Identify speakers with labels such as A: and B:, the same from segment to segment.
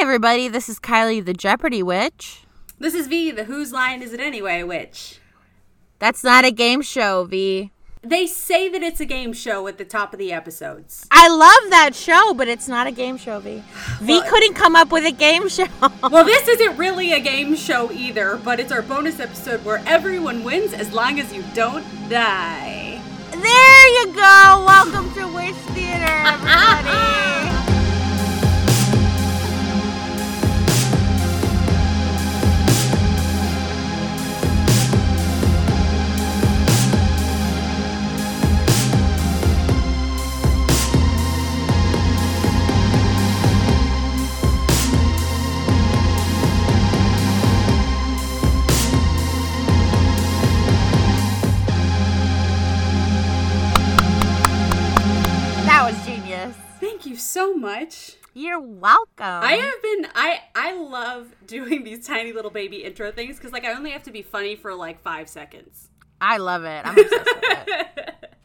A: everybody. This is Kylie the Jeopardy Witch.
B: This is V, the Whose Line Is It Anyway Witch.
A: That's not a game show, V.
B: They say that it's a game show at the top of the episodes.
A: I love that show, but it's not a game show, V. V
B: Well-
A: couldn't come up with a game show.
B: Well, this isn't really a game show either, but it's our bonus episode where everyone wins as long as you don't die.
A: There you go. Welcome to Witch Theater, everybody. that was genius.
B: Thank you so much.
A: You're welcome.
B: I have been I I love doing these tiny little baby intro things cuz like I only have to be funny for like 5 seconds.
A: I love it. I'm obsessed with it.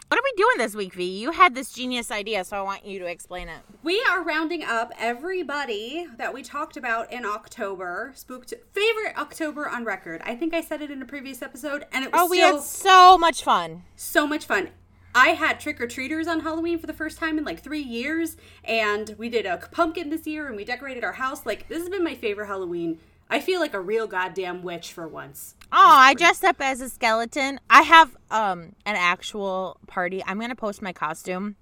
A: What are we doing this week, V? You had this genius idea, so I want you to explain it.
B: We are rounding up everybody that we talked about in October. Spooked favorite October on record. I think I said it in a previous episode, and it was
A: Oh, we
B: still
A: had so much fun.
B: so much fun. I had trick or treaters on Halloween for the first time in like three years, and we did a pumpkin this year, and we decorated our house. Like this has been my favorite Halloween. I feel like a real goddamn witch for once.
A: Oh, I dressed up as a skeleton. I have um an actual party. I'm gonna post my costume.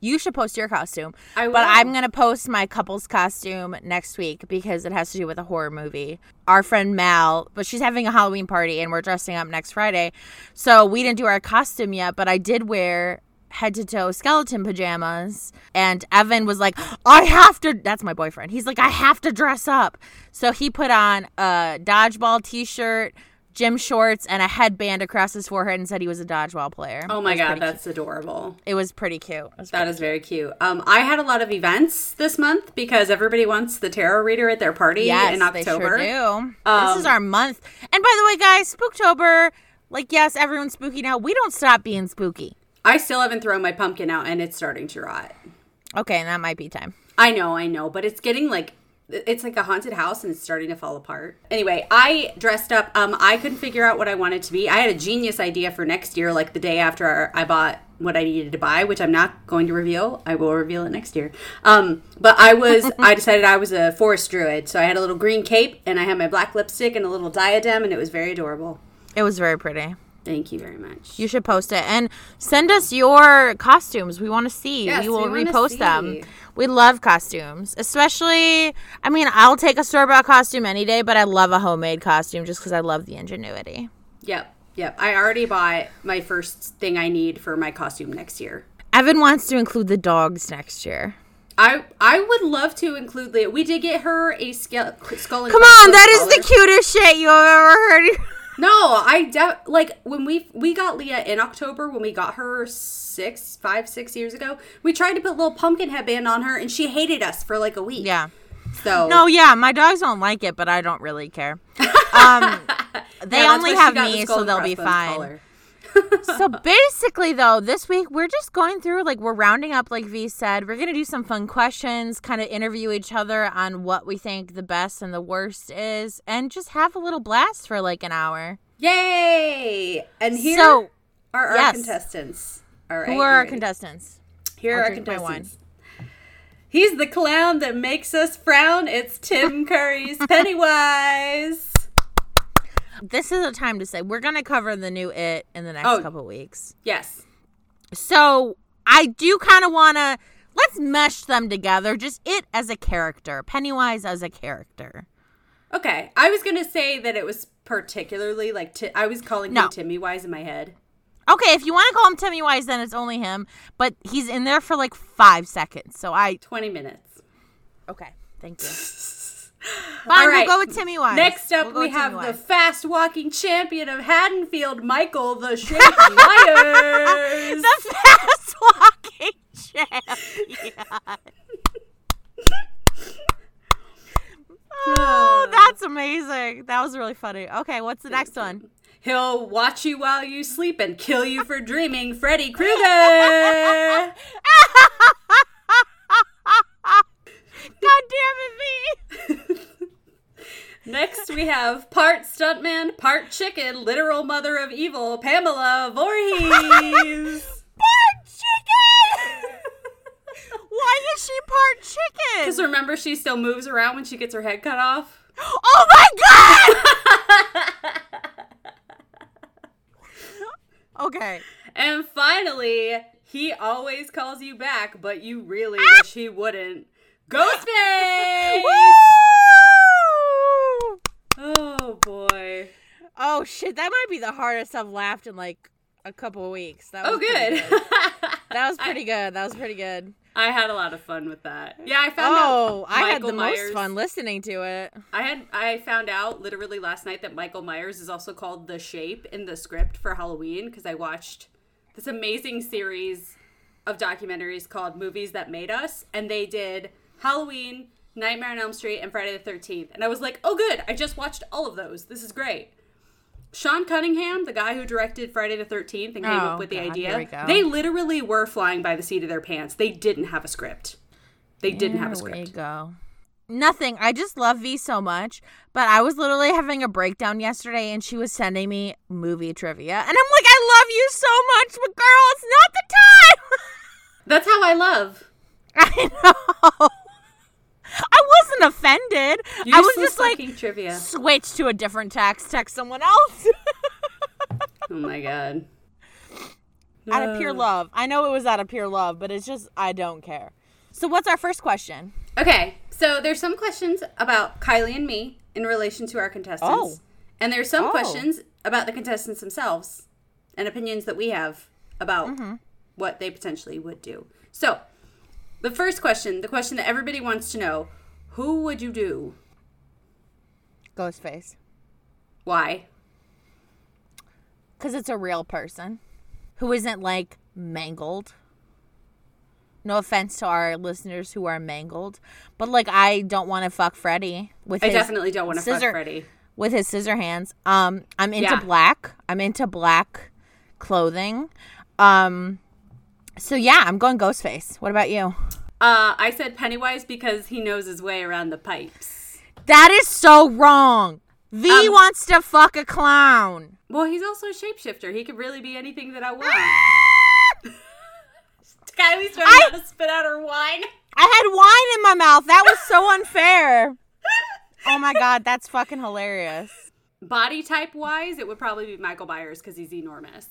A: You should post your costume.
B: I will.
A: But I'm gonna post my couple's costume next week because it has to do with a horror movie. Our friend Mal, but she's having a Halloween party and we're dressing up next Friday. So we didn't do our costume yet, but I did wear head to toe skeleton pajamas and Evan was like, I have to that's my boyfriend. He's like, I have to dress up. So he put on a dodgeball t shirt, gym shorts, and a headband across his forehead and said he was a dodgeball player.
B: Oh my god, that's adorable.
A: It was pretty cute. It was
B: That is very cute. Um, I had a lot of events this month because everybody wants the tarot reader at their party
A: Yes,
B: in October.
A: They sure do. this is our month. And by the way, guys, Spooktober, like, yes, everyone's spooky now. We don't stop being spooky.
B: I still haven't thrown my pumpkin out, and it's starting to rot.
A: Okay, and that might be time.
B: I know, I know, but it's getting like it's like a haunted house and it's starting to fall apart. Anyway, I dressed up. Um, I couldn't figure out what I wanted to be. I had a genius idea for next year, like the day after I bought what I needed to buy, which I'm not going to reveal. I will reveal it next year. Um, but I was, I decided I was a forest druid, so I had a little green cape and I had my black lipstick and a little diadem, and it was very adorable.
A: It was very pretty.
B: Thank you very much.
A: You should post it and send us your costumes. We want to see.
B: Yes,
A: we will
B: we wanna
A: repost
B: see.
A: them. We love costumes, especially. I mean, I'll take a store bought costume any day, but I love a homemade costume just because I love the ingenuity.
B: Yep, yep. I already bought my first thing I need for my costume next year.
A: Evan wants to include the dogs next year.
B: I I would love to include Leah. We did get her a skull, skull and
A: Come on,
B: crossbones
A: that is
B: collar.
A: the cutest shit you have ever heard.
B: No, I doubt. like when we we got Leah in October when we got her six five six years ago. We tried to put little pumpkin headband on her and she hated us for like a week.
A: yeah.
B: So
A: No, yeah, my dogs don't like it, but I don't really care. Um, they
B: Yeah, that's
A: only
B: why she
A: have
B: got the
A: me,
B: skull
A: so
B: and
A: they'll be
B: crossbones
A: fine.
B: collar.
A: so basically though this week we're just going through like we're rounding up like v said we're gonna do some fun questions kind of interview each other on what we think the best and the worst is and just have a little blast for like an hour
B: Yay! And here
A: So,
B: are our
A: yes.
B: contestants. All right,
A: who
B: you
A: are our
B: ready?
A: contestants
B: Here are our
A: drink my wine.
B: contestants. He's the clown that makes us frown. It's Tim Curry's Pennywise.
A: this is a time to say we're gonna cover the new it in the next
B: Oh.
A: couple weeks
B: Yes.
A: so i do kind of wanna let's mesh them together just it as a character pennywise as a character
B: Okay, I was gonna say that it was particularly like ti- I was calling
A: No.
B: him Timmy Wise in my head.
A: Okay, if you want to call him Timmy Wise, then it's only him. But he's in there for like five seconds. So I.
B: Twenty minutes.
A: Okay, thank you.
B: All
A: Fine,
B: right.
A: we'll go with Timmy Wise.
B: Next up,
A: We'll go
B: we
A: with Timmy
B: have the
A: Wise.
B: fast walking champion of Haddonfield, Michael the Shaky Myers.
A: the fast walking champion. oh, that's amazing. That was really funny. Okay, what's the next one?
B: He'll watch you while you sleep and kill you for dreaming, Freddy Krueger.
A: God damn it, me.
B: Next, we have part stuntman, part chicken, literal mother of evil, Pamela Voorhees.
A: part chicken. Why is she part chicken?
B: Because remember, she still moves around when she gets her head cut off.
A: Oh my god! okay.
B: And finally, he always calls you back, but you really
A: Ah!
B: wish he wouldn't. Ghostface!
A: Woo!
B: oh boy.
A: Oh shit, that might be the hardest I've laughed in like a couple of weeks. That was
B: Oh,
A: pretty
B: good.
A: That was pretty good. That was pretty good.
B: I had a lot of fun with that. Yeah, I found
A: Oh,
B: out.
A: I had the
B: Michael
A: most
B: Myers-
A: fun listening to it.
B: I had I found out literally last night that Michael Myers is also called the Shape in the script for Halloween because I watched this amazing series of documentaries called Movies That Made Us, and they did Halloween, Nightmare on Elm Street, and Friday the Thirteenth. And I was like, oh good, I just watched all of those. This is great. Sean Cunningham, the guy who directed Friday the Thirteenth and came
A: Oh,
B: up with the
A: God,
B: idea,
A: here we go.
B: they literally were flying by the seat of their pants. They didn't have a script. They didn't have a
A: There
B: script.
A: we go. Nothing. I just love V so much, but I was literally having a breakdown yesterday and she was sending me movie trivia. And I'm like, I love you so much, but girl, it's not the time.
B: That's how I love.
A: I know. I wasn't offended. I was
B: Useless
A: just like,
B: fucking trivia.
A: switch to a different text, text someone else
B: Oh my god.
A: out of pure love. I know it was out of pure love, but it's just, I don't care. So, what's our first question?
B: Okay, so there's some questions about Kylie and me in relation to our contestants.
A: Oh.
B: And there's some
A: Oh.
B: questions about the contestants themselves and opinions that we have about
A: Mm-hmm.
B: what they potentially would do. So, the first question, the question that everybody wants to know, who would you do?
A: Ghostface.
B: Why?
A: Because it's a real person who isn't like mangled. No offense to our listeners who are mangled, but like I don't want to fuck Freddy with
B: I
A: his
B: definitely don't want to fuck
A: scissor-
B: Freddy.
A: with his scissor hands. Um, I'm into
B: Yeah.
A: black. I'm into black clothing. Um, so yeah, I'm going Ghostface. What about you?
B: Uh, I said Pennywise because he knows his way around the pipes.
A: That is so wrong. V
B: Um,
A: wants to fuck a clown.
B: Well, he's also a shapeshifter. He could really be anything that I want. Kylie's trying not to spit out her wine.
A: I had wine in my mouth. That was so unfair. oh my god, that's fucking hilarious.
B: Body type wise, it would probably be Michael Myers because he's enormous.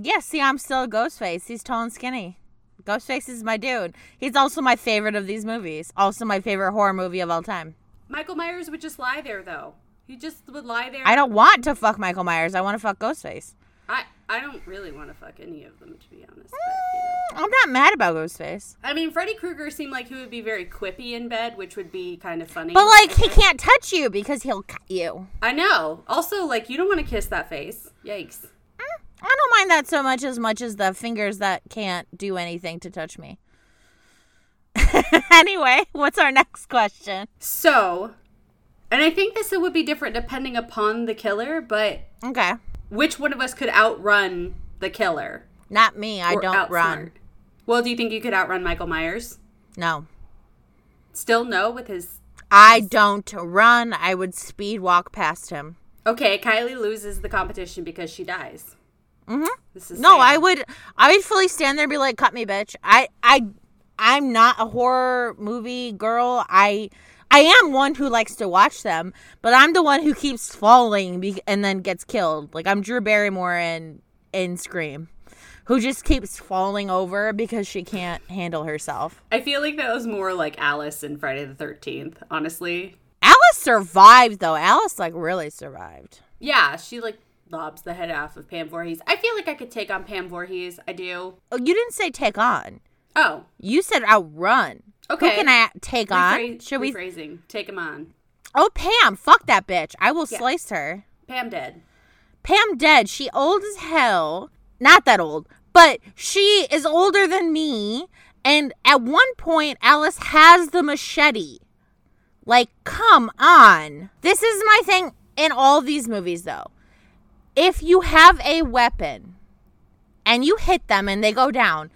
A: Yeah, see, I'm still Ghostface. He's tall and skinny. Ghostface is my dude. He's also my favorite of these movies. Also my favorite horror movie of all time.
B: Michael Myers would just lie there though. He just would lie there.
A: I don't want to fuck Michael Myers. I want to fuck Ghostface.
B: I, I don't really want to fuck any of them to be honest. But, you know.
A: I'm not mad about Ghostface.
B: I mean, Freddy Krueger seemed like he would be very quippy in bed, which would be kind of funny.
A: But like he can't touch you because he'll cut you.
B: I know. Also, like you don't want to kiss that face. Yikes.
A: I don't mind that so much as much as the fingers that can't do anything to touch me. anyway, what's our next question?
B: So, and I think this would be different depending upon the killer, but
A: Okay.
B: which one of us could outrun the killer?
A: Not me. I
B: or
A: don't run.
B: outsmart? Well, do you think you could outrun Michael Myers?
A: No.
B: Still no with his.
A: I don't run. I would speed walk past him.
B: Okay, Kylie loses the competition because she dies. Mm-hmm. This is
A: No,
B: sad.
A: I would I would fully stand there and be like, cut me, bitch. I I I'm not a horror movie girl. I I am one who likes to watch them, but I'm the one who keeps falling be- and then gets killed. Like I'm Drew Barrymore in in Scream, who just keeps falling over because she can't handle herself.
B: I feel like that was more like Alice in Friday the Thirteenth. Honestly,
A: Alice survived though. Alice like really survived.
B: yeah, she like lobs the head off of Pam Voorhees. I feel like I could take on Pam Voorhees. I do.
A: Oh, you didn't say take on.
B: Oh,
A: You said outrun.
B: Okay.
A: Who can I take on?
B: rephrase-
A: Should we?
B: rephrasing? Take him on.
A: Oh, Pam, fuck that bitch. I will slice her.
B: Pam dead.
A: Pam dead. She old as hell. Not that old, but she is older than me. And at one point, Alice has the machete. Like, come on. This is my thing in all these movies, though. If you have a weapon and you hit them and they go down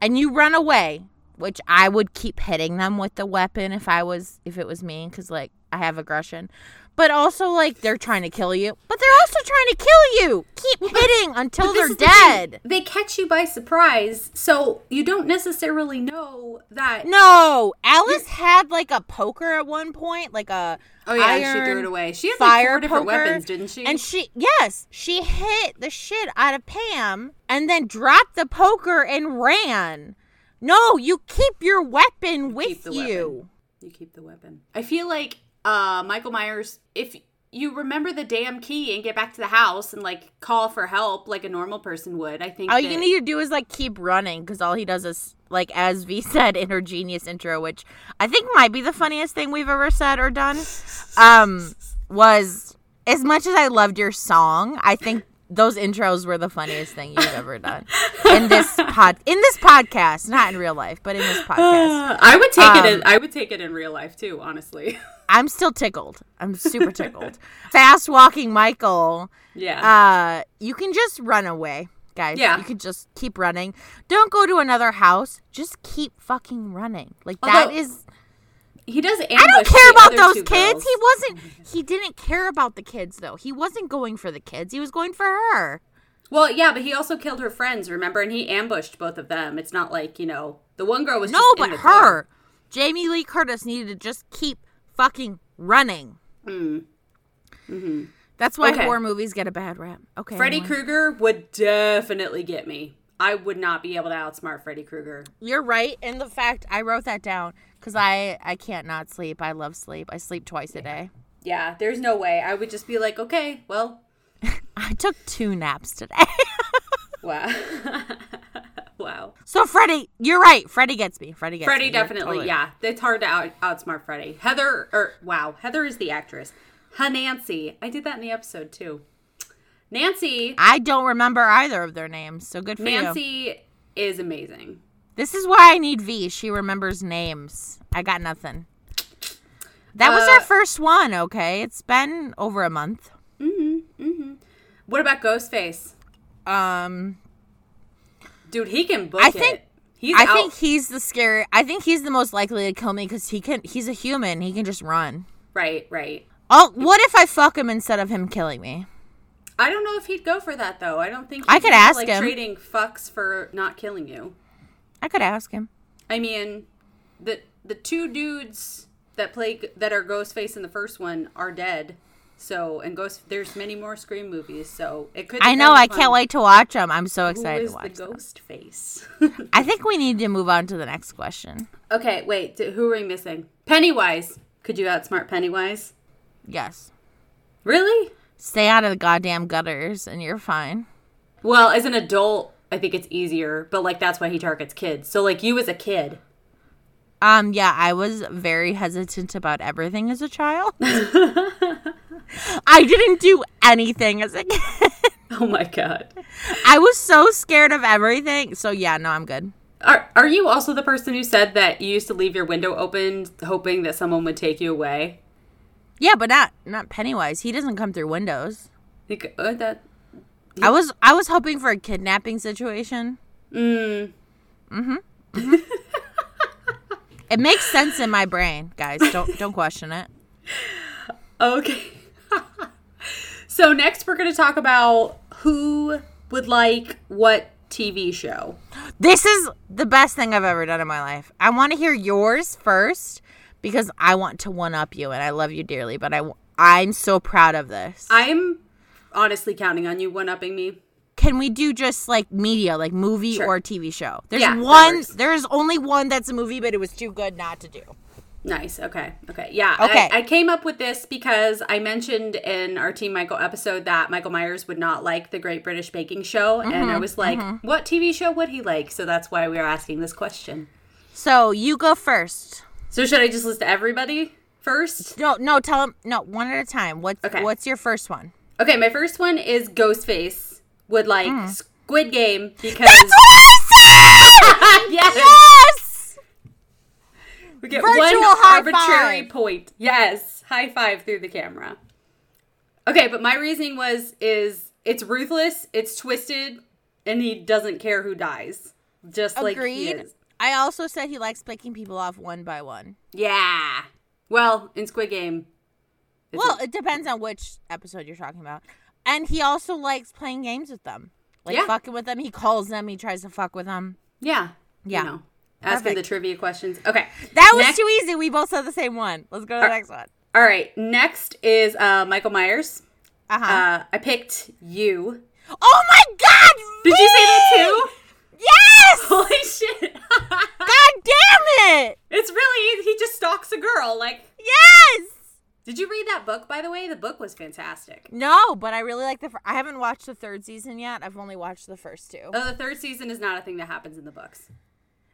A: and you run away, which I would keep hitting them with the weapon if I was, if it was me, because, like, I have aggression. But also, like, they're trying to kill you, but they're also trying to kill you. Keep hitting until
B: This
A: they're
B: is the thing.
A: dead.
B: they catch you by surprise, so you don't necessarily know that.
A: No, Alice had like a poker at one point, like a
B: Oh yeah, and she
A: iron
B: threw it away. She had like
A: fire
B: four different
A: poker,
B: weapons, didn't she?
A: And she yes, she hit the shit out of Pam and then dropped the poker and ran. No, you keep your weapon
B: keep
A: with
B: the
A: you.
B: You keep the weapon. I feel like uh, Michael Myers, if you remember the damn key and get back to the house and like call for help like a normal person would, I think.
A: All
B: that-
A: you need to do is like keep running because all he does is like as V said in her genius intro, which I think might be the funniest thing we've ever said or done. Um, was as much as I loved your song, I think those intros were the funniest thing you've ever done in this pod in this podcast, not in real life, but in this podcast.
B: Uh, I would take it. In,
A: Um,
B: I would take it in real life too. Honestly,
A: I'm still tickled. I'm super tickled. Fast walking Michael.
B: yeah.
A: Uh, you can just run away, guys.
B: Yeah.
A: You can just keep running. Don't go to another house. Just keep fucking running. Like that
B: Although-
A: is.
B: he does. Ambush
A: I don't care about those kids.
B: He
A: He wasn't. He didn't care about the kids though. He wasn't going for the kids. He was going for her.
B: well, yeah, but he also killed her friends. Remember, and he ambushed both of them. It's not like you know the one girl was
A: No,
B: just in
A: but
B: the car.
A: her. Jamie Lee Curtis needed to just keep fucking running. That's why
B: Hmm. Mm-hmm. Okay.
A: horror movies get a bad rap. Okay.
B: Freddy
A: anyway.
B: Krueger would definitely get me. I would not be able to outsmart Freddy Krueger.
A: You're right in the fact I wrote that down because I I can't not sleep. I love sleep. I sleep twice a day.
B: Yeah, there's no way. I would just be like, okay, well,
A: I took two naps today.
B: wow, wow.
A: so Freddie, you're right. Freddie gets me. Freddie gets me.
B: Freddy
A: You're
B: definitely,
A: totally
B: yeah. It's hard to out, outsmart Freddy. Heather, or wow, Heather is the actress. Ha Nancy. I did that in the episode too. Nancy,
A: I don't remember either of their names, so good for you.
B: Nancy is amazing.
A: This is why I need V. She remembers names. I got nothing. That was our
B: Uh,
A: first one, okay? It's been over a month.
B: What about Ghostface?
A: Um
B: Dude, he can book
A: I think-
B: it. He's
A: I
B: out.
A: think he's the scary I think he's the most likely to kill me cuz he can he's a human. He can just run.
B: right, right.
A: Oh, what if I fuck him instead of him killing me?
B: I don't know if he'd go for that though. I don't think
A: I
B: he'd
A: could
B: be,
A: ask
B: like
A: him.
B: trading fucks for not killing you.
A: I could ask him.
B: I mean, the the two dudes that play that are Ghostface in the first one are dead. So and Ghost, there's many more Scream movies. So it could.
A: I know. I
B: depend upon
A: can't wait to watch them. I'm so
B: Who
A: excited
B: is
A: to
B: the
A: watch. them.
B: Ghostface?
A: I think we need to move on to the next question.
B: okay, wait. d- Who are we missing? Pennywise. Could you outsmart Pennywise?
A: Yes.
B: Really?
A: Stay out of the goddamn gutters and you're fine.
B: Well, as an adult, I think it's easier. But like that's why he targets kids. So like you as a kid.
A: Um yeah, I was very hesitant about everything as a child. I didn't do anything as a kid.
B: Oh my god.
A: I was so scared of everything. So yeah, no, I'm good.
B: Are, are you also the person who said that you used to leave your window open hoping that someone would take you away?
A: Yeah, but not not Pennywise. He doesn't come through windows.
B: Like, uh, that
A: I was I was hoping for a kidnapping situation. Mm-hmm.
B: Mm,
A: It makes sense in my brain, guys. Don't don't question it.
B: okay. so next, we're going to talk about who would like what TV show.
A: This is the best thing I've ever done in my life. I want to hear yours first because I want to one up you and I love you dearly, but I I'm so proud of this.
B: I'm honestly counting on you one upping me.
A: Can we do just like media, like movie
B: Sure.
A: or TV show? There's
B: Yeah, that
A: one
B: works.
A: there's only one that's a movie, but it was too good not to do.
B: Nice. Okay. Okay. Yeah.
A: Okay.
B: I, I came up with this because I mentioned in our Team Michael episode that Michael Myers would not like the Great British Baking Show. and I was like, what TV show would he like? So that's why we are asking this question.
A: So you go first.
B: So should I just list everybody first?
A: No, no, tell him no, one at a time. What's
B: Okay.
A: what's your first one?
B: Okay, my first one is Ghostface would like
A: Hmm.
B: Squid Game because yes,
A: Yes!
B: we get
A: Virtual
B: one
A: high
B: arbitrary
A: five.
B: point. Yes, high five through the camera. Okay, but my reasoning was is it's ruthless, it's twisted, and he doesn't care who dies. Just like he
A: Agreed.
B: is.
A: I also said he likes picking people off one by one.
B: Yeah. Well, in Squid Game, It's
A: Well, it depends on which episode you're talking about. And he also likes playing games with them. Like
B: Yeah.
A: fucking with them. He calls them, he tries to fuck with them.
B: Yeah.
A: Yeah.
B: You know, asking the
A: Perfect.
B: trivia questions. Okay.
A: That was
B: Next- Uh,
A: too easy. We both said the same one. Let's go to the next one.
B: All right. Next is uh, Michael Myers.
A: Uh-huh.
B: Uh, I picked you.
A: Oh my god!
B: Did you say that too?
A: Yes!
B: Holy shit.
A: God damn it!
B: it's really, he just stalks a girl. Like,
A: Yes!
B: did you read that book, by the way? The book was fantastic.
A: No, but I really like the. Fir- I haven't watched the third season yet. I've only watched the first two.
B: Oh, the third season is not a thing that happens in the books.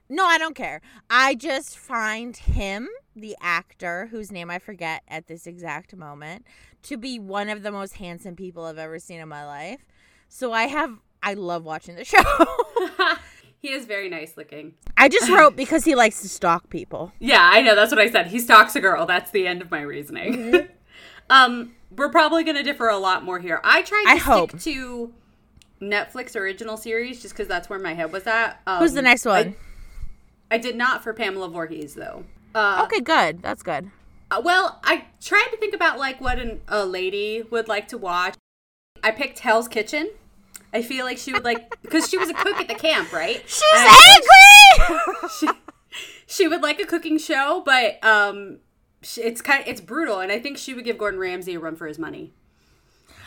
A: No, I don't care. I just find him, the actor whose name I forget at this exact moment, to be one of the most handsome people I've ever seen in my life. So I have. I love watching the show.
B: he is very nice looking.
A: I just wrote because he likes to stalk people.
B: Yeah, I know. That's what I said. He stalks a girl. That's the end of my reasoning.
A: Mm-hmm.
B: um, we're probably going to differ a lot more here. I tried to
A: I
B: stick
A: hope.
B: to Netflix original series just because that's where my head was at. Um,
A: Who's the next one?
B: I did not for Pamela Voorhees though. Uh,
A: okay, good. That's good.
B: uh, Well, I tried to think about like what an, a lady would like to watch. I picked Hell's Kitchen. I feel like she would like because she was a cook at the camp, right?
A: She's
B: And I
A: angry.
B: she, she would like a cooking show, but um, sh it's kind of it's brutal, and I think she would give Gordon Ramsay a run for his money.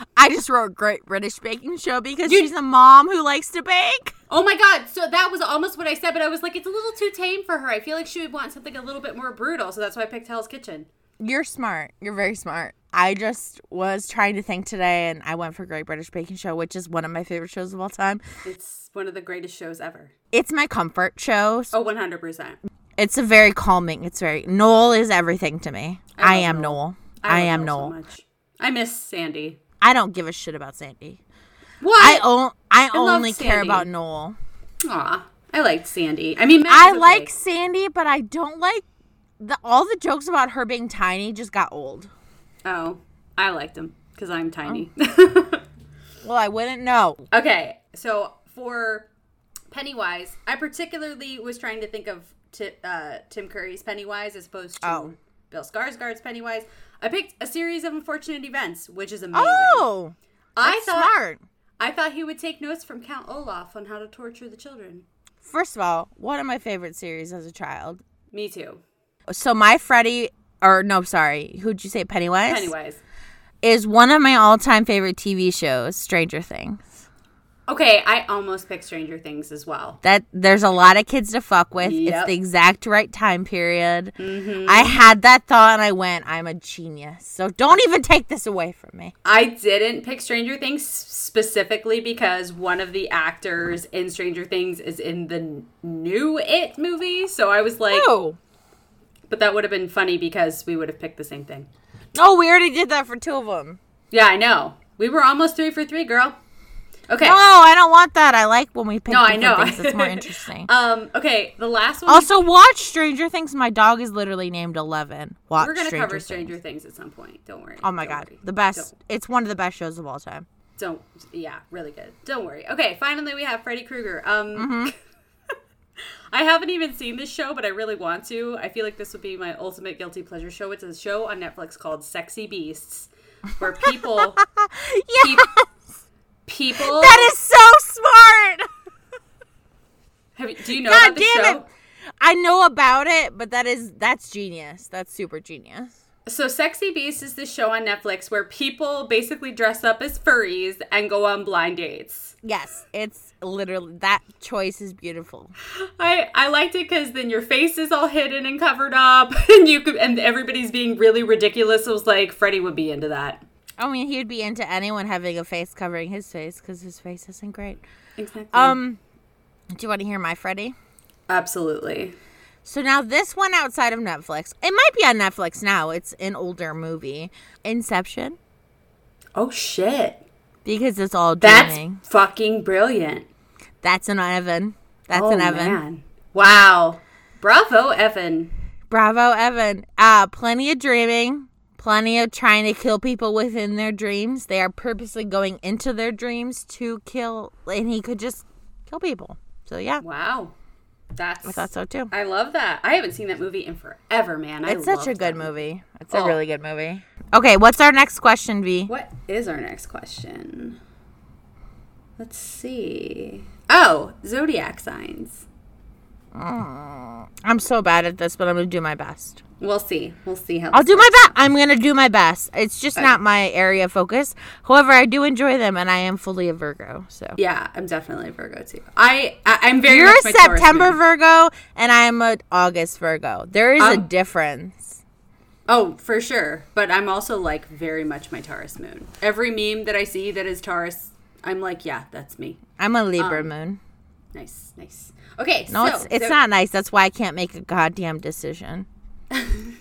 A: I just wrote Great British Baking Show because she's a mom who likes to bake.
B: Oh my god! So that was almost what I said, but I was like, it's a little too tame for her. I feel like she would want something a little bit more brutal, so that's why I picked Hell's Kitchen.
A: You're smart. You're very smart. I just was trying to think today and I went for Great British Baking Show, which is one of my favorite shows of all time.
B: It's one of the greatest shows ever.
A: It's my comfort show.
B: Oh, one hundred percent.
A: It's a very calming. It's very Noel is everything to me. I,
B: love
A: am
B: Noel.
A: Noel. I,
B: love
A: am
B: Noel
A: Noel.
B: So much. I miss Sandy.
A: I don't give a shit about Sandy. I
B: What?
A: o- I
B: love
A: only care
B: Sandy.
A: about Noel.
B: Aw, I liked Sandy. I mean, Matt
A: I
B: was okay.
A: like Sandy, but I don't like the all the jokes about her being tiny just got old.
B: Oh, I liked him because I'm tiny.
A: Oh. Well, I wouldn't know.
B: Okay, so for Pennywise, I particularly was trying to think of Ti uh, Tim Curry's Pennywise as opposed to
A: Oh.
B: Bill Skarsgård's Pennywise. I picked a series of unfortunate events, which is amazing.
A: Oh,
B: I thought
A: smart.
B: I thought he would take notes from Count Olaf on how to torture the children.
A: First of all, one of my favorite series as a child.
B: Me too.
A: So my Freddy, or no, sorry, who'd you say Pennywise?
B: Pennywise.
A: is one of my all-time favorite TV shows, Stranger Things.
B: Okay, I almost picked Stranger Things as well.
A: That there's a lot of kids to fuck with.
B: Yep. Mm-hmm.
A: It's the exact right time period. I had that thought and I went, I'm a genius. So don't even take this away from me.
B: I didn't pick Stranger Things specifically because one of the actors in Stranger Things is in the n- new It movie, so I was like,
A: Oh.
B: But that would have been funny because we would have picked the same thing.
A: No, Oh, we already did that for two of them.
B: Yeah, I know. We were almost three for three, girl. Okay.
A: No, I don't want that. I like when we pick
B: No, I
A: different
B: know.
A: things. It's more interesting.
B: Um. Okay. The last one.
A: also, watch Stranger Things. My dog is literally named Eleven. Watch
B: we're gonna
A: Stranger
B: cover
A: Things.
B: Stranger Things. at some point. Don't worry.
A: Oh my
B: Don't
A: god,
B: worry.
A: the best! It's one of the best shows of all time.
B: Don't, don't. Yeah. Really good. Don't worry. Okay. Finally, we have Freddy Krueger. Um.
A: Mm-hmm.
B: I haven't even seen this show, but I really want to. I feel like this would be my ultimate guilty pleasure show. It's a show on Netflix called Sexy Beasts, where people
A: Yeah,
B: people
A: that is so smart.
B: have you, do you know
A: God
B: about the
A: damn
B: show?
A: it! I know about it, but that is that's genius. That's super genius.
B: So, Sexy Beast is this show on Netflix where people basically dress up as furries and go on blind dates.
A: Yes, it's literally that choice is beautiful.
B: I, I liked it because then your face is all hidden and covered up, and you could, and everybody's being really ridiculous. It was like Freddie would be into that.
A: I mean, he'd be into anyone having a face covering his face because his face isn't great.
B: Exactly.
A: Um, do you want to hear my Freddy?
B: Absolutely.
A: So now this one outside of Netflix, it might be on Netflix now. It's an older movie, Inception,
B: Oh shit!
A: because it's all
B: That's
A: dreaming.
B: fucking brilliant.
A: That's, an Evan. That's
B: oh
A: an Evan.
B: man! Wow! Bravo, Evan.
A: Bravo, Evan. Uh, plenty of dreaming, plenty of trying to kill people within their dreams. They are purposely going into their dreams to kill, and he could just kill people. So yeah,
B: Wow. That's
A: I thought so too.
B: I love that. I haven't seen that movie in forever, man. I
A: It's such
B: loved
A: a good
B: that
A: movie. It's
B: Oh.
A: a really good movie. Okay, what's our next question, V?
B: What is our next question? Let's see. Oh, zodiac signs.
A: I'm so bad at this, but I'm gonna do my best.
B: We'll see. We'll see how.
A: I'll
B: this
A: do my best. I'm gonna do my best. It's just not my area of focus. However, I do enjoy them, and I am fully a Virgo. So
B: Yeah, I'm definitely a Virgo too. I, I I'm very.
A: you're
B: much
A: a
B: my Taurus
A: September
B: moon.
A: Virgo, and I'm an August Virgo. There is a
B: Um,
A: difference.
B: Oh, for sure. But I'm also like very much my Taurus moon. Every meme that I see that is Taurus, I'm like, yeah, that's me.
A: I'm a Libra Moon.
B: Nice, nice. Okay,
A: No,
B: um, so
A: it's it's
B: so-
A: not nice. That's why I can't make a goddamn decision. and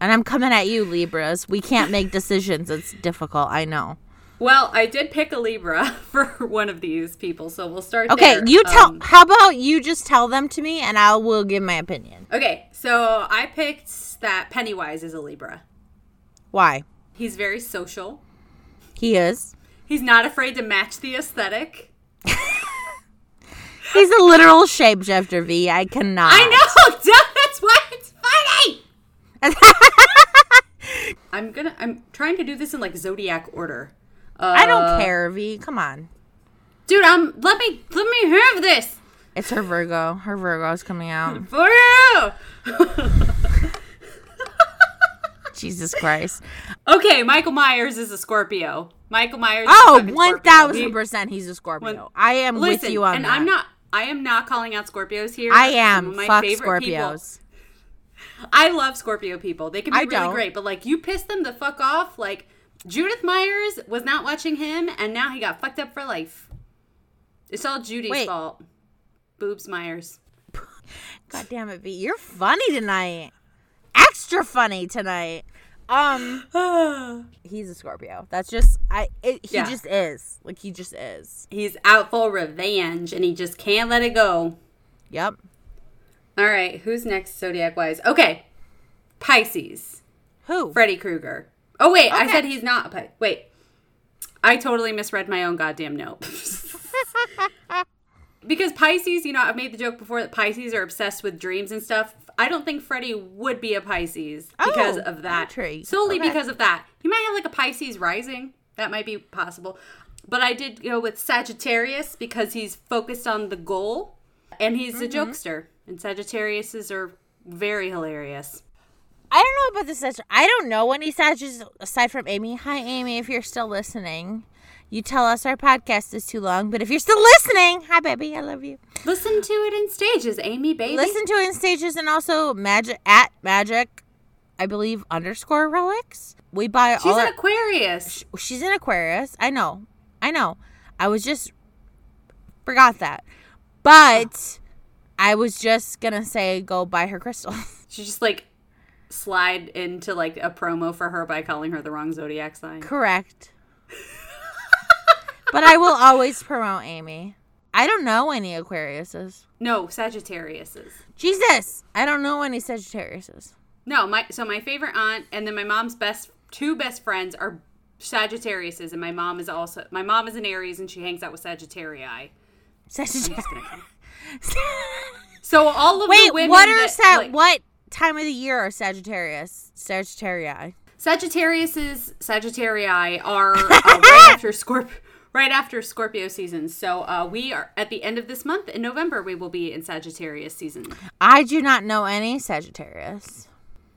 A: I'm coming at you, Libras. We can't make decisions. It's difficult. I know.
B: Well, I did pick a Libra for one of these people, so we'll start.
A: Okay,
B: there.
A: you tell.
B: Um,
A: how about you just tell them to me, and I will give my opinion.
B: okay, so I picked that Pennywise is a Libra.
A: Why
B: He's very social.
A: he is.
B: He's not afraid to match the aesthetic.
A: He's a literal shapeshifter, V. I cannot.
B: I know, duh, that's why it's funny. I'm gonna. I'm trying to do this in like zodiac order. Uh,
A: I don't care, V. Come on.
B: dude. Um, let me let me have this
A: It's her Virgo. Her Virgo is coming out.
B: for you.
A: Jesus Christ.
B: Okay, Michael Myers is a Scorpio. Michael Myers. is a
A: Oh,
B: fucking Scorpio.
A: 1000% he's a Scorpio.
B: One-
A: I am
B: Listen,
A: with you on
B: and
A: that.
B: I'm not. I am not calling out Scorpios here.
A: I
B: Some
A: am.
B: of my
A: Fuck
B: favorite people.
A: Scorpios.
B: I love Scorpio people. They can be
A: I
B: really
A: don't.
B: great, but like you piss them the fuck off. Like Judith Myers was not watching him, and now he got fucked up for life. It's all Judy's
A: Wait.
B: fault. Boobs Myers.
A: God damn it, V. You're funny tonight. Extra funny tonight. Um, he's a Scorpio. That's just I. It, he
B: Yeah.
A: just is. Like he just is.
B: He's out for revenge, and he just can't let it go.
A: Yep.
B: All right, who's next zodiac wise? Okay, Pisces.
A: Who?
B: Freddy Krueger. Oh wait, I
A: Okay.
B: said he's not a Pi- wait. I totally misread my own goddamn note. because Pisces, you know, I've made the joke before that Pisces are obsessed with dreams and stuff. I don't think Freddy would be a Pisces because
A: Oh,
B: of that.
A: intrigue.
B: Solely
A: Okay.
B: because of that. He might have like a Pisces rising. That might be possible. But I did go with Sagittarius because he's focused on the goal and he's a
A: Mm-hmm.
B: jokester. And Sagittariuses are very hilarious.
A: I don't know about the Sag. I don't know any Sages aside from Amy. Hi, Amy. If you're still listening, you tell us our podcast is too long. But if you're still listening, hi, baby. I love you.
B: Listen to it in stages, Amy, baby.
A: Listen to it in stages and also magic at magic, I believe underscore relics. We buy
B: She's
A: all.
B: an
A: Our,
B: Aquarius.
A: she's an Aquarius. I know. I know. I was just forgot that, but I was just gonna say go buy her crystals.
B: She just like slide into like a promo for her by calling her the wrong zodiac sign.
A: Correct. but I will always promote Amy. I don't know any Aquariuses.
B: No, Sagittariuses.
A: Jesus, I don't know any Sagittariuses.
B: No, my so my favorite aunt and then my mom's best two best friends are Sagittariuses, and my mom is also my mom is an Aries and she hangs out with Sagittarii.
A: Sagittarius.
B: So all of
A: Wait,
B: the women
A: what are
B: that,
A: Sag-
B: like,
A: what time of the year are Sagittarius? Sagittarii.
B: Sagittarius's Sagittarii are uh, right after Scorp right after Scorpio season. So uh, we are at the end of this month in November. We will be in Sagittarius season.
A: I do not know any Sagittarius.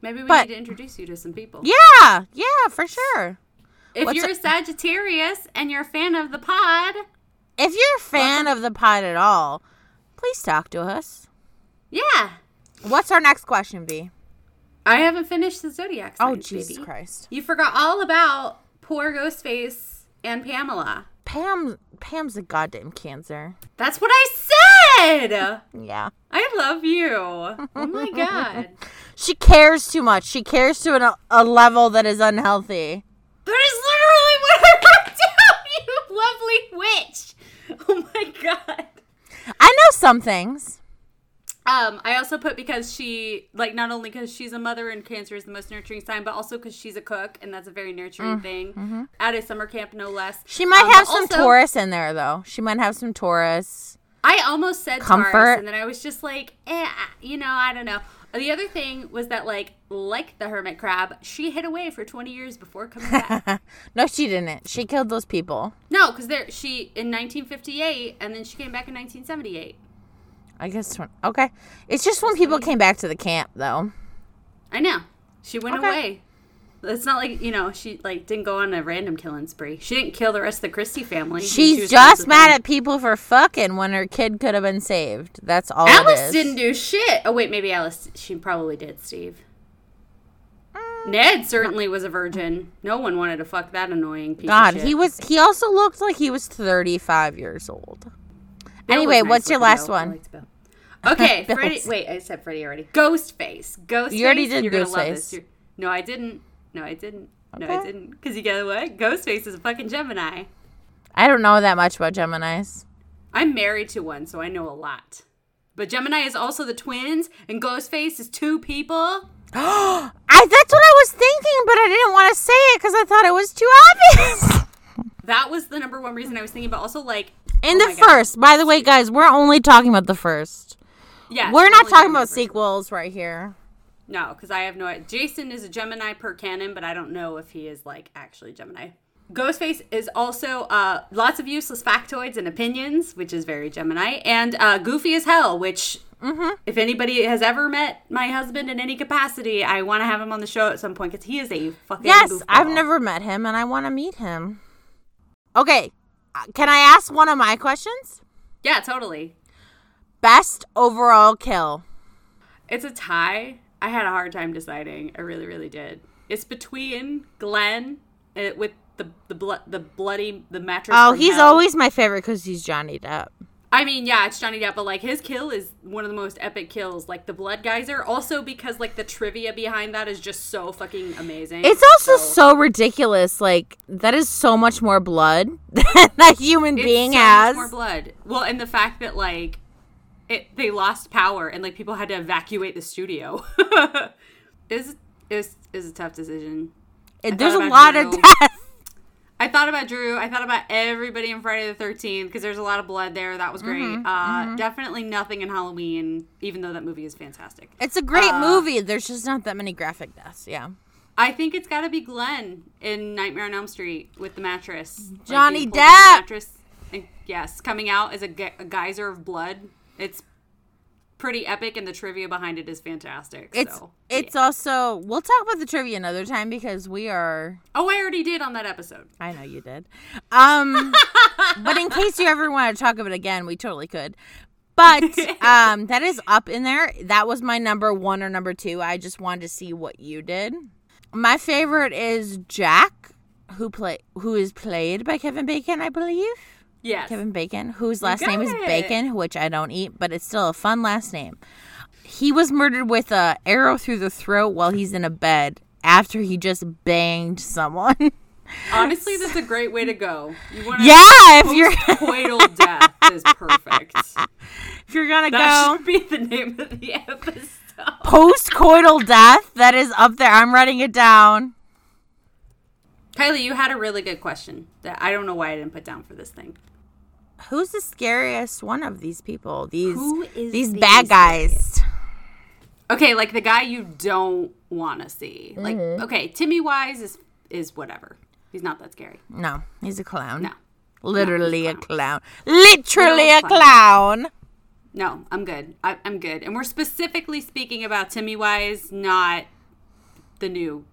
B: Maybe we
A: But-
B: need to introduce you to some people.
A: Yeah, yeah, for sure.
B: if
A: what's
B: you're a Sagittarius and you're a fan of the pod,
A: If you're a fan of the pod at all, please talk to us.
B: yeah.
A: What's our next question, B?
B: I haven't finished the zodiac.
A: Oh,
B: signs,
A: Jesus
B: baby.
A: Christ.
B: You forgot all about poor Ghostface and Pamela.
A: Pam Pam's a goddamn cancer.
B: That's what I said.
A: Yeah.
B: I love you. Oh my god.
A: She cares too much. She cares to an, a level that is unhealthy.
B: That is literally what I wrote down, you lovely witch. Oh my god.
A: I know some things.
B: Um, I also put because she like not only because she's a mother and cancer is the most nurturing sign, but also because she's a cook and that's a very nurturing thing at a summer camp, no less.
A: She might
B: Um,
A: have
B: but
A: some
B: also,
A: Taurus in there though. She might have some Taurus.
B: I almost said
A: Comfort.
B: Taurus, and then I was just like, eh, I- you know, I don't know. The other thing was that, like, like the hermit crab, she hid away for 20 years before coming back.
A: No, she didn't. She killed those people.
B: no, because there she in 1958, and then she came back in 1978.
A: I guess. when- Okay. It's just when people came back to the camp, though.
B: I know she went
A: Okay.
B: away. It's not like you know she like didn't go on a random killing spree. She didn't kill the rest of the Christie family. She
A: She's
B: was friends
A: just
B: with
A: mad
B: them.
A: at people for fucking when her kid could have been saved. That's all. it
B: Alice
A: is.
B: didn't do shit. Oh wait, maybe Alice. She probably did. Steve. Ned certainly was a virgin. No one wanted to fuck that annoying piece.
A: God,
B: of
A: he was. He also looked like he was thirty-five years old. anyway, what's your last one?
B: Okay,
A: Bill
B: Freddy.
A: was-
B: Wait, I said Freddy already. Ghostface. Ghostface.
A: You already did
B: You're gonna love
A: Ghostface.
B: this. You're- No, I didn't. No, I didn't. No, I
A: Okay.
B: didn't. Because you get what? Ghostface is a fucking Gemini.
A: I don't know that much about Gemini's.
B: I'm married to one, so I know a lot. But Gemini is also the twins, and Ghostface is two people.
A: I that's what I was thinking, but I didn't want to say it because I thought it was too obvious.
B: That was the number one reason I was thinking about. Also, like,
A: In
B: Oh
A: the
B: my God.
A: first, by the way, guys, we're only talking about the first.
B: yeah,
A: We're not
B: totally
A: talking about
B: different.
A: sequels right here.
B: No, because I have no. Jason is a Gemini per canon, but I don't know if he is like actually Gemini. Ghostface is also uh, lots of useless factoids and opinions, which is very Gemini, and uh, goofy as hell. Which,
A: Mm-hmm.
B: if anybody has ever met my husband in any capacity, I want to have him on the show at some point because he is a fucking.
A: Yes, I've
B: goofball.
A: never met him, and I want to meet him. Okay, uh, can I ask one of my questions?
B: Yeah, totally.
A: Best overall kill.
B: It's a tie. I had a hard time deciding. I really, really did. It's between Glenn uh, with the the blood, the bloody, the mattress.
A: Oh,
B: from
A: he's
B: hell.
A: always my favorite because he's Johnny Depp.
B: I mean, yeah, it's Johnny Depp, but like his kill is one of the most epic kills. Like the blood geyser. Also, because like the trivia behind that is just so fucking amazing.
A: It's also so ridiculous. Like that is so much more blood than a human
B: It's
A: being
B: so much
A: has.
B: more blood. Well, and the fact that like it, they lost power and like people had to evacuate the studio. is is is a tough decision.
A: It-
B: I
A: There's
B: thought
A: a lot
B: about
A: of
B: Drew.
A: death.
B: I thought about Drew. I thought about everybody in Friday the 13th because there's a lot of blood there. That was great.
A: Mm-hmm,
B: uh, Definitely nothing in Halloween, even though that movie is fantastic.
A: It's a great
B: Uh,
A: movie. There's just not that many graphic deaths. Yeah.
B: I think it's got to be Glenn in Nightmare on Elm Street with the mattress. Like,
A: Johnny
B: being pulled from the
A: Depp.
B: mattress and, yes, coming out as a, ge- a geyser of blood. It's pretty epic, and the trivia behind it is fantastic.
A: It's
B: so.
A: it's also we'll talk about the trivia another time because we are
B: Oh, I already did on that episode.
A: I know you did. Um but in case you ever want to talk about it again, we totally could. But um that is up in there. That was my number 1 or number 2. I just wanted to see what you did. My favorite is Jack who play who is played by Kevin Bacon, I believe.
B: Yes.
A: Kevin Bacon, whose last name is
B: got it.
A: Bacon, which I don't eat, but it's still a fun last name. He was murdered with a arrow through the throat while he's in a bed after he just banged someone.
B: Honestly, that's a great way to go. You want
A: yeah, if you're
B: coital death is perfect.
A: if you're gonna
B: That
A: go
B: should be the name of the episode.
A: post coital death, that is up there. I'm writing it down.
B: Kylie, you had a really good question that I don't know why I didn't put down for this thing.
A: Who's the scariest one of these people? These
B: Who is
A: these
B: the
A: bad guys.
B: Okay, like the guy you don't want to see. Like, okay, Timmy Wise is is whatever. He's not that scary.
A: No, he's a clown.
B: No,
A: Literally a clown. Literally
B: Literal
A: a clown.
B: no, I'm good. I, I'm good. And we're specifically speaking about Timmy Wise, not the new,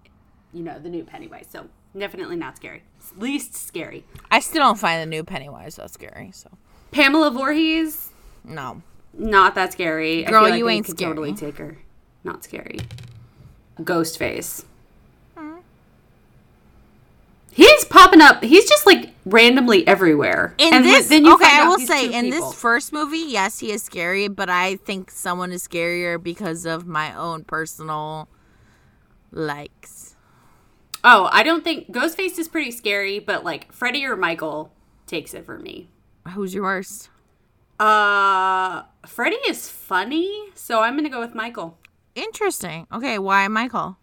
B: you know, the new Pennywise. So definitely not scary. Least scary.
A: I still don't find the new Pennywise that scary. So
B: Pamela Voorhees,
A: no.
B: not that scary.
A: Girl,
B: I feel like
A: you
B: they
A: ain't
B: could
A: scary.
B: Totally take her. Not scary. Ghostface. He's popping up. He's just like randomly everywhere.
A: In
B: And
A: this,
B: then you
A: okay,
B: find
A: I
B: out
A: will
B: he's
A: say,
B: two
A: in
B: people.
A: this first movie, yes, he is scary, but I think someone is scarier because of my own personal likes.
B: oh, I don't think Ghostface is pretty scary, but like Freddy or Michael takes it for me.
A: Who's your worst?
B: Uh, Freddy is funny, so I'm gonna go with Michael.
A: Interesting. Okay, why Michael?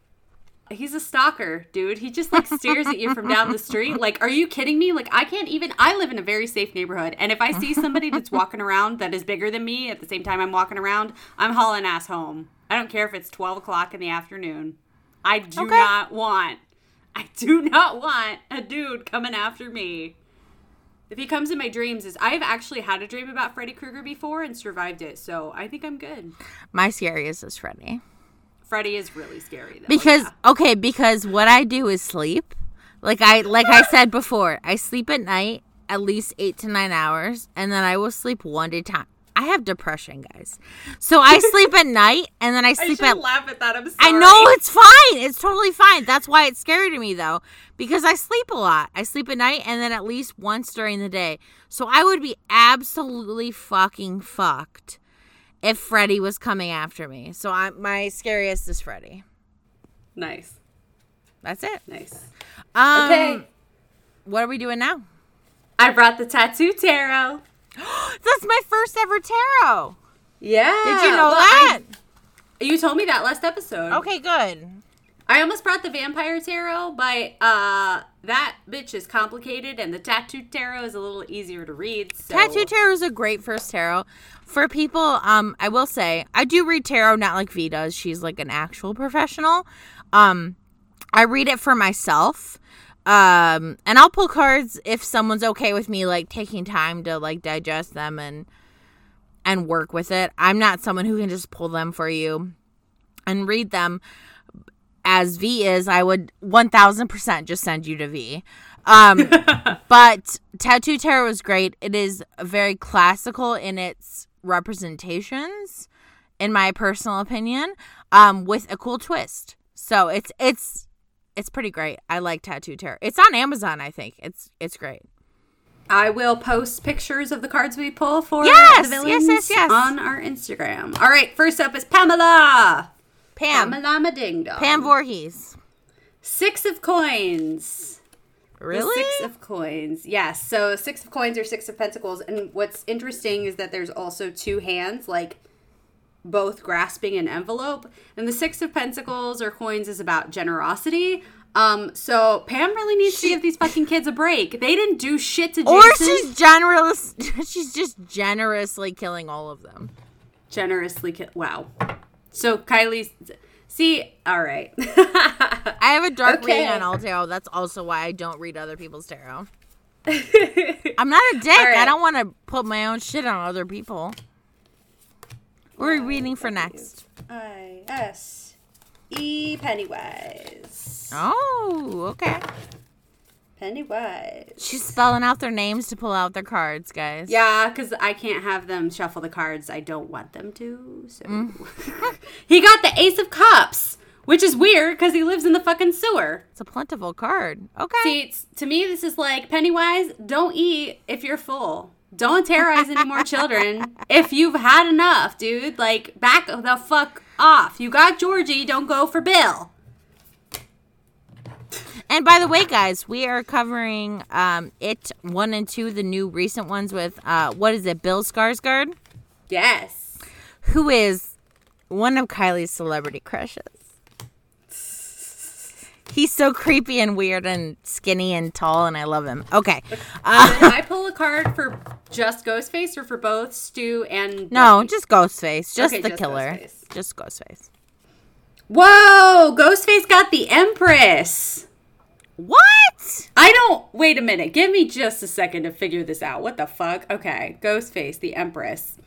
B: he's a stalker, dude. He just like stares at you from down the street. Like, are you kidding me? Like, I can't even. I live in a very safe neighborhood, and if I see somebody that's walking around that is bigger than me at the same time I'm walking around, I'm hauling ass home. I don't care if it's twelve o'clock in the afternoon. I do
A: Okay.
B: not want. I do not want a dude coming after me. If he comes in my dreams, is I've actually had a dream about Freddy Krueger before and survived it, so I think I'm good.
A: My scariest is Freddy.
B: Freddy is really scary though.
A: Oh, Because
B: yeah.
A: okay, because what I do is sleep. Like I like I said before, I sleep at night at least 8 to 9 hours and then I will sleep one day time. I have depression, guys. So I sleep at night and then I
B: I
A: sleep
B: should
A: at
B: laugh at that. I'm sorry.
A: I know it's fine. It's totally fine. That's why it's scary to me though, because I sleep a lot. I sleep at night and then at least once during the day. So I would be absolutely fucking fucked if Freddy was coming after me. So I my scariest is Freddy.
B: Nice,
A: That's it.
B: nice.
A: Um,
B: Okay,
A: What are we doing now?
B: I brought the tattoo tarot.
A: That's my first ever tarot.
B: Yeah.
A: Did you know
B: well,
A: that?
B: I- you told me that last episode.
A: okay, good.
B: I almost brought the vampire tarot, but uh, that bitch is complicated, and the tattoo tarot is a little easier to read. So.
A: Tattoo tarot is a great first tarot for people. Um, I will say I do read tarot, not like V does. She's like an actual professional. Um, I read it for myself. Um, and I'll pull cards if someone's okay with me like taking time to like digest them and and work with it. I'm not someone who can just pull them for you and read them. As V is, I would 1000% just send you to V. Um, but Tattoo Tarot is great. It is very classical in its representations, in my personal opinion, um, with a cool twist. So it's it's it's pretty great. I like Tattoo Tarot. It's on Amazon, I think. It's it's great.
B: I will post pictures of the cards we pull for
A: Yes,
B: the
A: yes,
B: villains
A: yes, yes.
B: on our Instagram. All right, first up is Pamela.
A: Pam
B: Pamela Ding Dong.
A: Pam Voorhees.
B: Six of coins. The
A: Really?
B: Six of coins. Yes. So six of coins or six of pentacles. And what's interesting is that there's also two hands, like both grasping an envelope. And the six of pentacles or coins is about generosity. Um, so Pam really needs to give these fucking kids a break. They didn't do shit to Jason.
A: Or she's generous. She's just generously killing all of them.
B: generously ki- wow. So Kylie see, all right.
A: I have a dark
B: Okay.
A: reading on all tarot. That's also why I don't read other people's tarot. I'm not a dick. I
B: right.
A: don't want to put my own shit on other people. What are we reading for next?
B: I S E Pennywise.
A: Oh, okay.
B: Pennywise.
A: She's spelling out their names to pull out their cards, guys.
B: Yeah, because I can't have them shuffle the cards. I don't want them to. So
A: Mm.
B: he got the Ace of Cups, which is weird because he lives in the fucking sewer.
A: It's a plentiful card. Okay.
B: See, it's, to me, this is like Pennywise. Don't eat if you're full. Don't terrorize any more children if you've had enough, dude. Like back the fuck off. You got Georgie. Don't go for Bill.
A: And by the way, guys, we are covering um, it one and two, the new recent ones with uh, what is it, Bill Skarsgård,
B: Yes.
A: who is one of Kylie's celebrity crushes. He's so creepy and weird and skinny and tall, and I love him. Okay. Uh,
B: Did I pull a card for just Ghostface or for both Stu and
A: no, just Ghostface, just
B: Okay,
A: the
B: just
A: killer,
B: Ghostface.
A: just Ghostface.
B: Whoa, Ghostface got the Empress.
A: What?
B: I don't. Wait a minute. Give me just a second to figure this out. What the fuck? Okay, Ghostface, the Empress.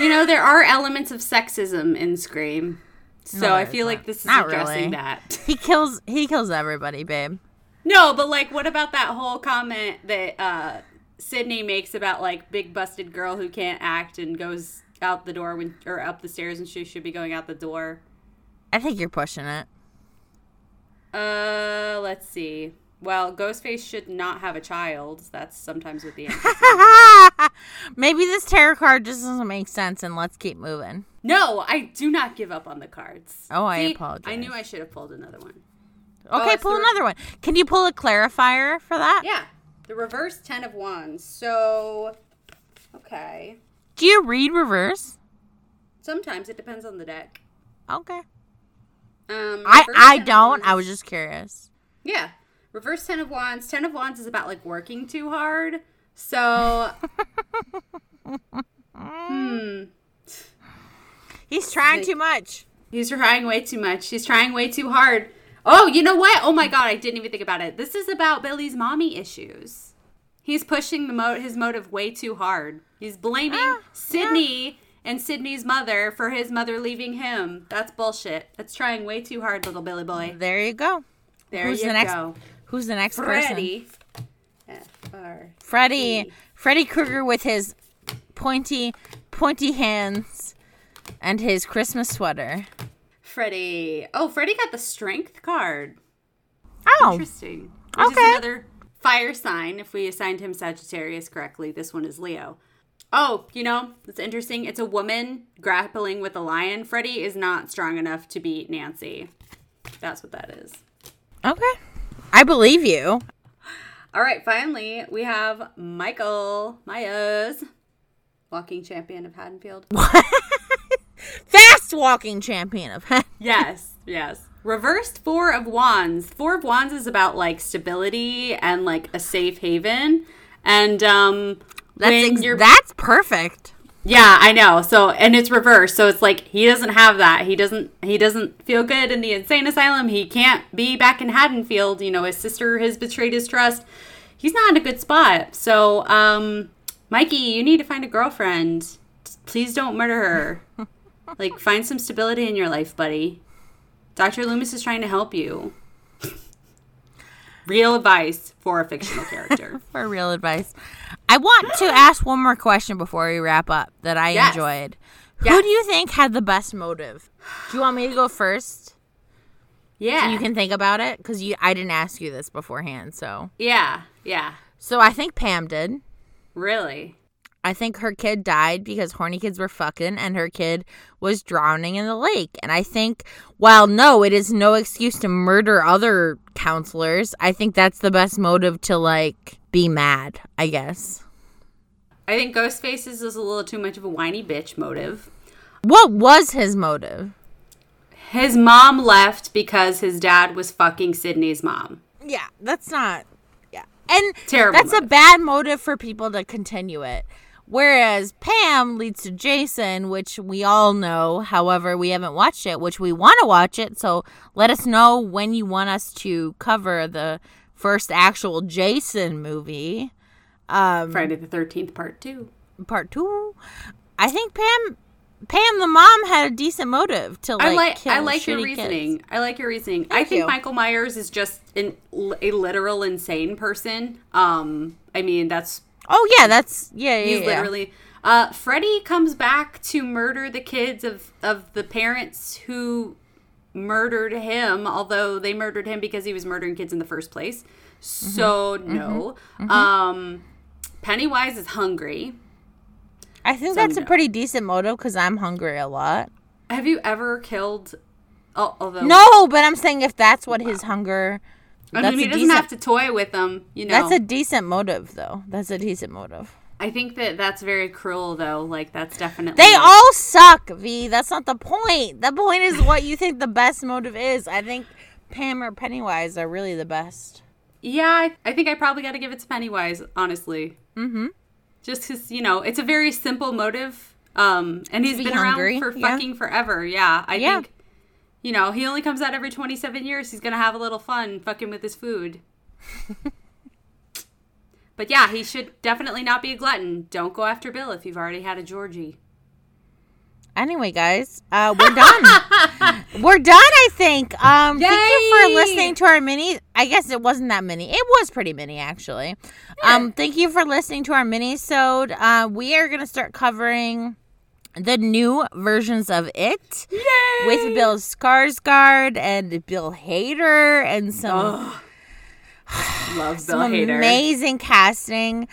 B: You know, there are elements of sexism in Scream. So I
A: there's
B: feel
A: not.
B: like this is
A: Not
B: addressing
A: really.
B: that.
A: He kills. He kills everybody, babe.
B: No, but like, what about that whole comment that uh, Sydney makes about like big busted girl who can't act and goes out the door when or up the stairs and she should be going out the door?
A: I think you're pushing it.
B: Uh, let's see. Well, Ghostface should not have a child. That's sometimes what the
A: Maybe this tarot card just doesn't make sense, and let's keep moving.
B: no. I do not give up on the cards.
A: Oh, I
B: See,
A: apologize.
B: I knew I should have pulled another one.
A: Okay,
B: it's
A: pull
B: the-
A: another one. Can you pull a clarifier for that?
B: Yeah, the reverse ten of wands. So, okay.
A: Do you read reverse?
B: Sometimes it depends on the deck.
A: Okay.
B: Um,
A: I
B: reverse
A: I
B: ten of
A: don't. I
B: wands-
A: was just curious.
B: Yeah. Reverse Ten of Wands. Ten of Wands is about like working too hard. So, hmm.
A: He's trying too much.
B: He's trying way too much. He's trying way too hard. Oh, you know what? Oh my God, I didn't even think about it. This is about Billy's mommy issues. He's pushing the mo- his motive way too hard. He's blaming
A: Ah,
B: Sydney and Sydney's mother for his mother leaving him. That's bullshit. That's trying way too hard, little Billy boy.
A: There you go.
B: There
A: Who's
B: you
A: the next
B: go.
A: Who's the next person?
B: Freddy. F-R.
A: Freddy. Freddy Krueger with his pointy, pointy hands and his Christmas sweater.
B: Freddy. Oh, Freddy got the strength card.
A: Oh,
B: Interesting. Which
A: Okay.
B: is another fire sign. If we assigned him Sagittarius correctly, this one is Leo. Oh, you know, it's interesting. It's a woman grappling with a lion. Freddy is not strong enough to beat Nancy. That's what that is.
A: okay. I believe you.
B: All right, finally, we have Michael Myers, walking champion of Haddonfield.
A: Fast walking champion of
B: Yes, yes. Reversed Four of Wands. Four of Wands is about like stability and like a safe haven. And um
A: That's
B: when
A: ex-
B: you're
A: that's perfect.
B: Yeah, I know. So and it's reversed. So it's like he doesn't have that. He doesn't he doesn't feel good in the insane asylum. He can't be back in Haddonfield. You know, his sister has betrayed his trust. He's not in a good spot. So, um Mikey, you need to find a girlfriend. Please don't murder her. like find some stability in your life, buddy. Dr. Loomis is trying to help you. Real advice for a fictional character.
A: for real advice. I want to ask one more question before we wrap up that I
B: Yes.
A: enjoyed. Who
B: Yes.
A: do you think had the best motive? Do you want me to go first?
B: Yeah.
A: You can think about it because you I didn't ask you this beforehand. So
B: yeah. Yeah.
A: so I think Pam did.
B: Really.
A: I think her kid died because horny kids were fucking and her kid was drowning in the lake. And I think, while no, it is no excuse to murder other counselors, I think that's the best motive to like be mad, I guess.
B: I think Ghostface is is a little too much of a whiny bitch motive.
A: What was his motive?
B: His mom left because his dad was fucking Sydney's mom.
A: Yeah, that's not. Yeah, and
B: Terrible
A: That's a
B: motive.
A: bad motive for people to continue it. Whereas Pam leads to Jason, which we all know. However, we haven't watched it, which we want to watch it. So let us know when you want us to cover the first actual Jason movie, Um,
B: Friday the 13th, part two.
A: part two. I think Pam, Pam the mom had a decent motive to like.
B: I like
A: kill
B: I like your
A: shitty kids.
B: reasoning. I like your reasoning. I think
A: you.
B: Michael Myers is just an, a literal insane person. Um, I mean that's
A: Oh yeah, that's yeah. yeah,
B: He's
A: yeah.
B: literally. Uh, Freddy comes back to murder the kids of of the parents who murdered him. Although they murdered him because he was murdering kids in the first place.
A: Mm-hmm.
B: So no. Um, Pennywise is hungry.
A: I think that's a
B: no.
A: pretty decent motive because I'm hungry a lot.
B: Have you ever killed? al- Although
A: No, but I'm saying if that's what his hunger.
B: I
A: that's
B: mean, he
A: a
B: doesn't
A: decent-
B: have to toy with them. You know,
A: That's a decent motive, though. That's a decent motive.
B: I think that that's very cruel, though. Like that's definitely
A: They all suck, V. That's not the point. The point is what you think the best motive is. I think Pam or Pennywise are really the best.
B: Yeah, I, I think I probably got to give it to Pennywise, honestly. Mm-hmm. Just because you know it's a very simple motive, um, and he's
A: be
B: been
A: hungry,
B: around for
A: yeah.
B: fucking forever. Yeah, I
A: Yeah.
B: think you know he only comes out every twenty seven years. He's gonna have a little fun fucking with his food. but yeah, he should definitely not be a glutton. Don't go after Bill if you've already had a Georgie.
A: Anyway, guys, uh, we're done. we're done. I think. Um, thank you for
B: Yay!
A: listening to our mini. I guess it wasn't that mini. It was pretty mini, actually. Um, thank you for listening to our mini. Sode. Uh, we are gonna start covering the new versions of it.
B: Yay!
A: with Bill Skarsgård and Bill Hader and some,
B: Love Bill
A: some
B: Hader.
A: amazing casting.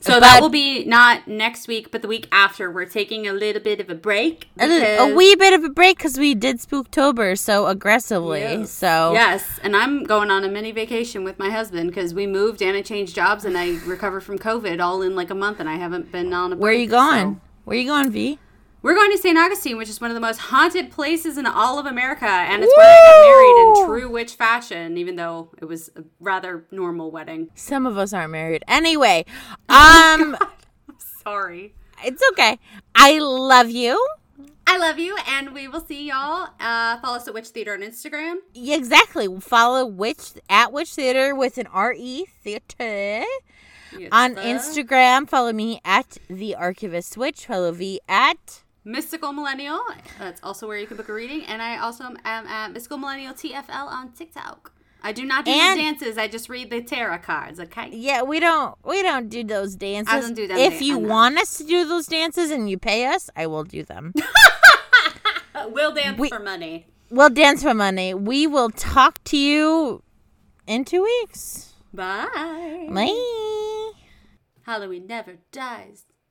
B: So that will be not next week, but the week after. We're taking a little bit of a break.
A: A, little- a
B: because-
A: wee bit of a break because we did Spooktober so aggressively.
B: Yes.
A: So
B: Yes, and I'm going on a mini vacation with my husband because we moved and I changed jobs and I recovered from COVID all in like a month and I haven't been on a.
A: where are
B: break,
A: you going?
B: so-
A: Where are you going, V?
B: We're going to St. Augustine, which is one of the most haunted places in all of America, and it's where I got married in true witch fashion, even though it was a rather normal wedding.
A: Some of us aren't married. Anyway, um,
B: Sorry.
A: it's okay. I love you.
B: I love you, and we will see y'all. Uh, follow us at Witch Theater on Instagram.
A: Yeah, exactly. Follow which at which theater with an R E theater on Instagram. Follow me at the archivist witch. Follow V at
B: Mystical Millennial. That's also where you can book a reading. And I also am am at Mystical Millennial TFL on TikTok. I do not do
A: And-
B: the dances. I just read the tarot cards. Okay.
A: yeah. We don't we don't do those dances.
B: don't do them
A: If
B: dan-
A: you
B: I'm not-
A: want us to do those dances and you pay us, I will do them.
B: Uh, We'll dance
A: We-
B: for money.
A: we'll dance for money. We will talk to you in two weeks.
B: Bye.
A: Bye.
B: Halloween never dies.